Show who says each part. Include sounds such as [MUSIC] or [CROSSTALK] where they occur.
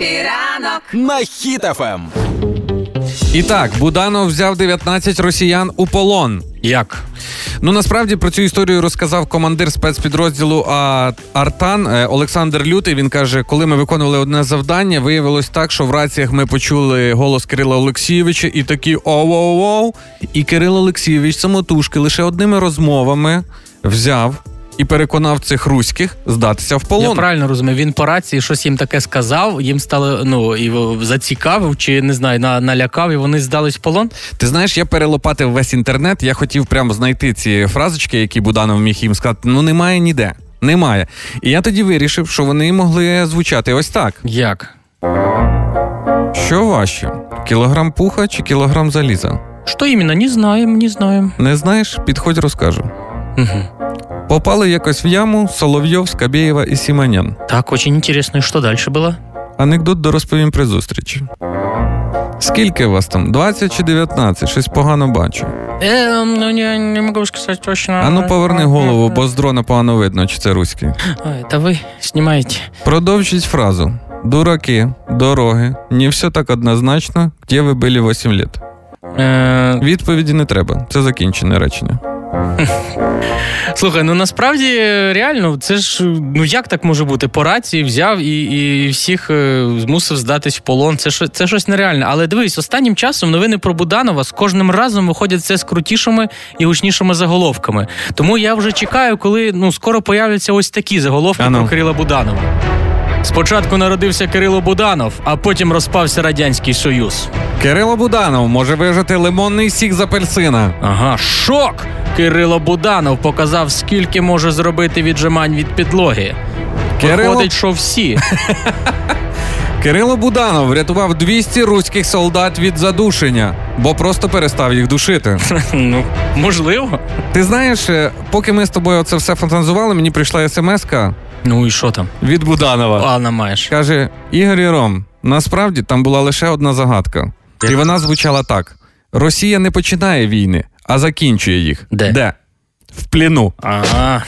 Speaker 1: ранок.
Speaker 2: на хітафем.
Speaker 3: І так, Буданов взяв 19 росіян у полон. Як? Ну насправді про цю історію розказав командир спецпідрозділу а, Артан е, Олександр Лютий. Він каже, коли ми виконували одне завдання, виявилось так, що в раціях ми почули голос Кирила Олексійовича і такі оу-оу-оу. І Кирило Олексійович самотужки лише одними розмовами взяв і переконав цих руських здатися в
Speaker 4: Я
Speaker 3: полон.
Speaker 4: правильно розумію, він по рації щось їм таке сказав, їм стало ну і в- зацікавив, чи не знаю, на, налякав, і вони здались в полон.
Speaker 3: Ти знаєш, я перелопатив весь інтернет. Я хотів прямо знайти ці фразочки, які Буданов міг їм сказати. Ну немає ніде. Немає. І я тоді вирішив, що вони могли звучати ось так:
Speaker 4: Як?
Speaker 3: що важче? Кілограм пуха чи кілограм заліза?
Speaker 4: Що іменно? Не знаємо, не знаємо.
Speaker 3: Не знаєш? Підходь, розкажу.
Speaker 4: Угу.
Speaker 3: Попали якось в яму Соловйов, Скабєєва і Сіманян.
Speaker 4: Так, очень интересно, и что дальше было?
Speaker 3: Анекдот дорозповім при зустрічі. Скільки вас там? 20 чи 19? Щось погано бачу.
Speaker 4: Э, ну не, не могу сказать точно.
Speaker 3: А ну поверни голову, бо з дрона погано видно, чи це руський.
Speaker 4: А, это вы снимаете.
Speaker 3: Продовжіть фразу. Дураки, дороги, не все так однозначно, де ви були 8 літ.
Speaker 4: Е,
Speaker 3: Відповіді не треба. Це закінчене речення.
Speaker 4: слухай, ну насправді е, реально, це ж ну як так може бути? По рації взяв і, і всіх е, змусив здатись в полон. Це що- це щось нереальне. Але дивись, останнім часом новини про Буданова з кожним разом виходять все з крутішими і гучнішими заголовками. Тому я вже чекаю, коли ну скоро появляться ось такі заголовки
Speaker 3: Ану.
Speaker 4: про Кирила Буданова. Спочатку народився Кирило Буданов, а потім розпався Радянський Союз.
Speaker 3: Кирило Буданов може вижити лимонний сік з апельсина.
Speaker 4: Ага, шок! Кирило Буданов показав, скільки може зробити віджимань від підлоги.
Speaker 3: Кирило-
Speaker 4: Виходить, що всі.
Speaker 3: Кирило Буданов врятував 200 руських солдат від задушення, бо просто перестав їх душити.
Speaker 4: [LAUGHS] ну, можливо.
Speaker 3: Ти знаєш, е, поки ми з тобою це все фантазували, мені прийшла смска
Speaker 4: Ну і що там?
Speaker 3: від Буданова.
Speaker 4: Ладно, маєш.
Speaker 3: Каже Ігор і Ром, насправді там була лише одна загадка. І вона звучала так: Росія не починає війни, а закінчує їх.
Speaker 4: Де?
Speaker 3: В плену.
Speaker 4: Ага.